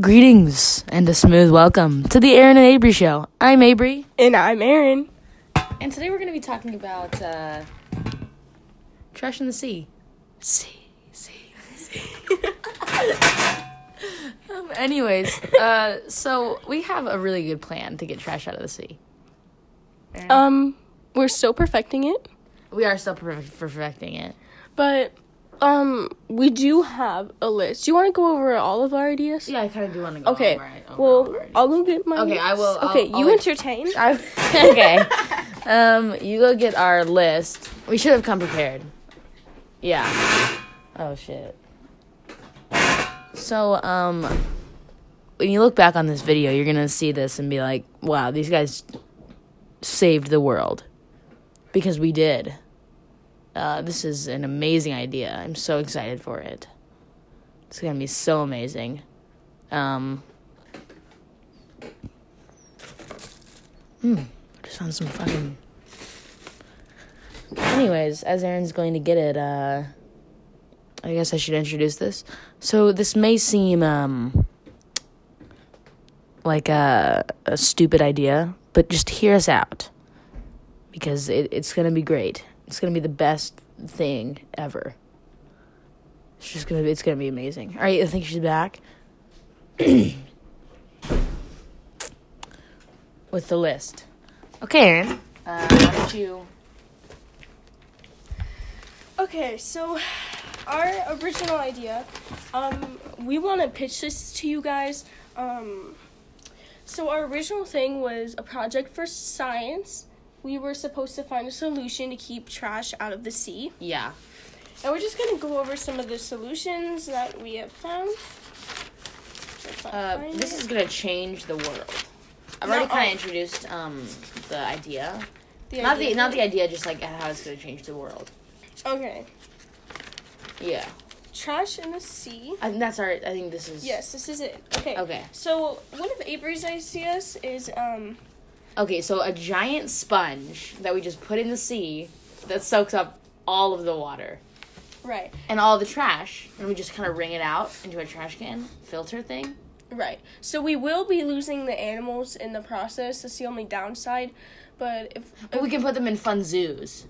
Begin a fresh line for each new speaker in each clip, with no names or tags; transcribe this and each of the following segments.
Greetings and a smooth welcome to the Aaron and Avery Show. I'm Avery,
And I'm Aaron.
and today we're going to be talking about uh, trash in the sea. Sea, sea, sea. um, anyways, uh, so we have a really good plan to get trash out of the sea.
Um, we're still perfecting it,
We are still per- perfecting it.
but um, we do have a list. Do you want to go over all of our ideas?
Yeah, I kind of do want to go. Oh,
Okay. Well, I'll go get my.
Okay, I will-
list.
I'll-
okay,
I'll
you
wait.
entertain.
okay. Um, you go get our list. We should have come prepared. Yeah. Oh shit. So, um, when you look back on this video, you're gonna see this and be like, "Wow, these guys saved the world," because we did. Uh, this is an amazing idea. I'm so excited for it. It's gonna be so amazing. Um. hmm, Just found some fucking. Anyways, as Aaron's going to get it, uh, I guess I should introduce this. So this may seem um, like a, a stupid idea, but just hear us out because it, it's gonna be great. It's gonna be the best thing ever. It's just gonna be, it's gonna be amazing. All right, I think she's back with the list. Okay, Aaron. Uh, why don't you?
Okay, so our original idea, um, we want to pitch this to you guys. Um, so our original thing was a project for science. We were supposed to find a solution to keep trash out of the sea.
Yeah.
And we're just gonna go over some of the solutions that we have found. If I
Uh,
find
this
it.
is gonna change the world. I've
No,
already
I-
kind of introduced um the idea,
the
not
idea.
the not the idea, just like how it's gonna change the world.
Okay.
Yeah,
Trash in the sea.
I think that's our. I think this is
Yes, this is it. Okay.
Okay.
So one of Avery's ideas is um
Okay, so a giant sponge that we just put in the sea that soaks up all of the water
right.
and all the trash, and we just kind of wring it out into a trash can filter thing.
Right. So we will be losing the animals in the process. That's the only downside. But if
But we can put them in fun zoos.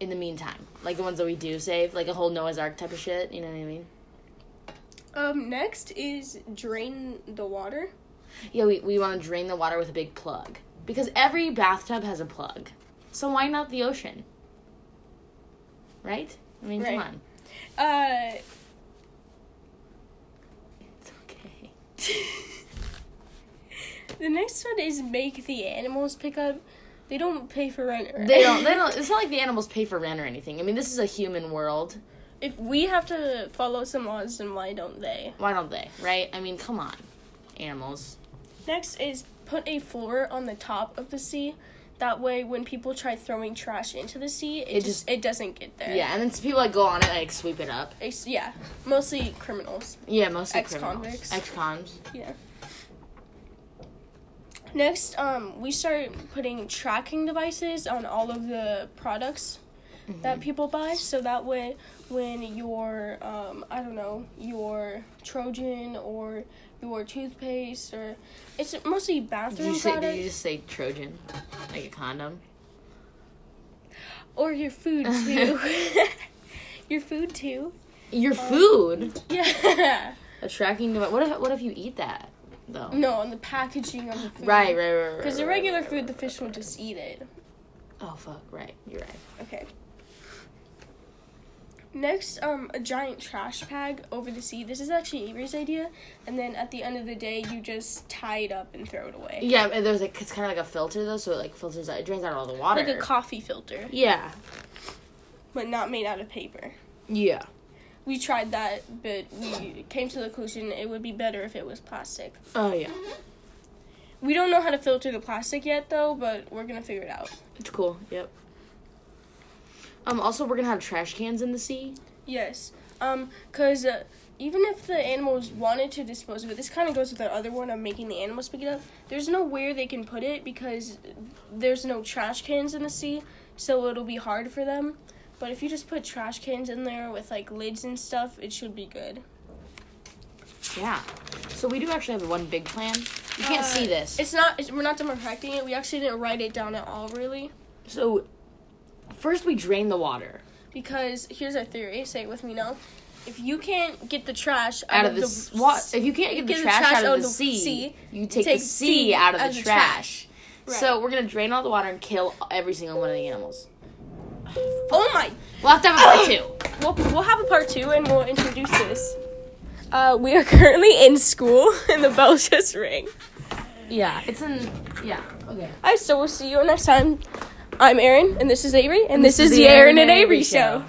In the meantime, like the ones that we do save, like a whole Noah's Ark type of shit. You know what I mean?
um next is drain the water.
Yeah, we, we want to drain the water with a big plug. Because every bathtub has a plug. So why not the ocean? Right? I mean,
Right.
come on.
Uh
It's okay.
the next one is make the animals pick up. They don't pay for rent. Right?
They don't, they don't, it's not like the animals pay for rent or anything. I mean, this is a human world.
If we have to follow some laws, then why don't they?
Why don't they, right? I mean, come on, animals.
Next is put a floor on the top of the sea. That way, when people try throwing trash into the sea, it,
It
just,
just-
it doesn't get there.
Yeah, and then some people like go on it, like sweep it up.
It's- yeah, mostly criminals.
Yeah, mostly
Ex-convicts.
criminals. Ex-cons.
Yeah. Next, um, we start putting tracking devices on all of the products that people buy, so that way, when your, um, I don't know, your Trojan or your toothpaste or it's mostly
Mm-hmm. Did
bathroom
you, say,
products
did you just say Trojan? Like a condom?
Um, or your food too. your food too.
Your food?
Yeah.
A tracking device. What if, what if you eat that, though?
No, on the packaging of the food.
Right, right, right, right.
Because the
right, right,
regular
right,
food, the
right,
fish will just eat it.
right. Oh fuck! Right, you're right.
Okay. Next, um, a giant trash bag over the sea. This is actually Avery's idea, and then at the end of the day, you just tie it up and throw it away,
Yeah, and there's like it's kind of like a filter though, so it like filters out, it drains out all the water.
like a coffee filter,
yeah,
but not made out of paper.
yeah.
We tried that, but we came to the conclusion it would be better if it was plastic.
Oh yeah,
We don't know how to filter the plastic yet, though, but we're gonna figure it out.
it's cool. Yep. Um. Also, we're gonna have trash cans in the sea.
Yes, um, cause uh, even if the animals wanted to dispose of it, this kind of goes with the other one of making the animals pick it up. There's no where they can put it because there's no trash cans in the sea, so it'll be hard for them. But if you just put trash cans in there with like lids and stuff, it should be good.
Yeah. So we do actually have one big plan. You can't
Uh,
see this.
It's not. It's, we're not democrating it. We actually didn't write it down at all, really,
So first we drain the water
because here's our theory. Say it with me now. If you can't get the trash
out of the, s wa- If you can't get, the, trash out of the, sea, you take, the sea out of the, trash. So we're gonna drain all the water and kill every single one of the animals.
oh my!
We'll have to have a part two.
We'll we'll have a part two and we'll introduce this. Uh, we are currently in school and the bell just rang.
Yeah, it's in. Yeah. Okay.
Alright, so we'll see you next time. I'm Erin and this is Avery and, this, is the Erin and Avery show.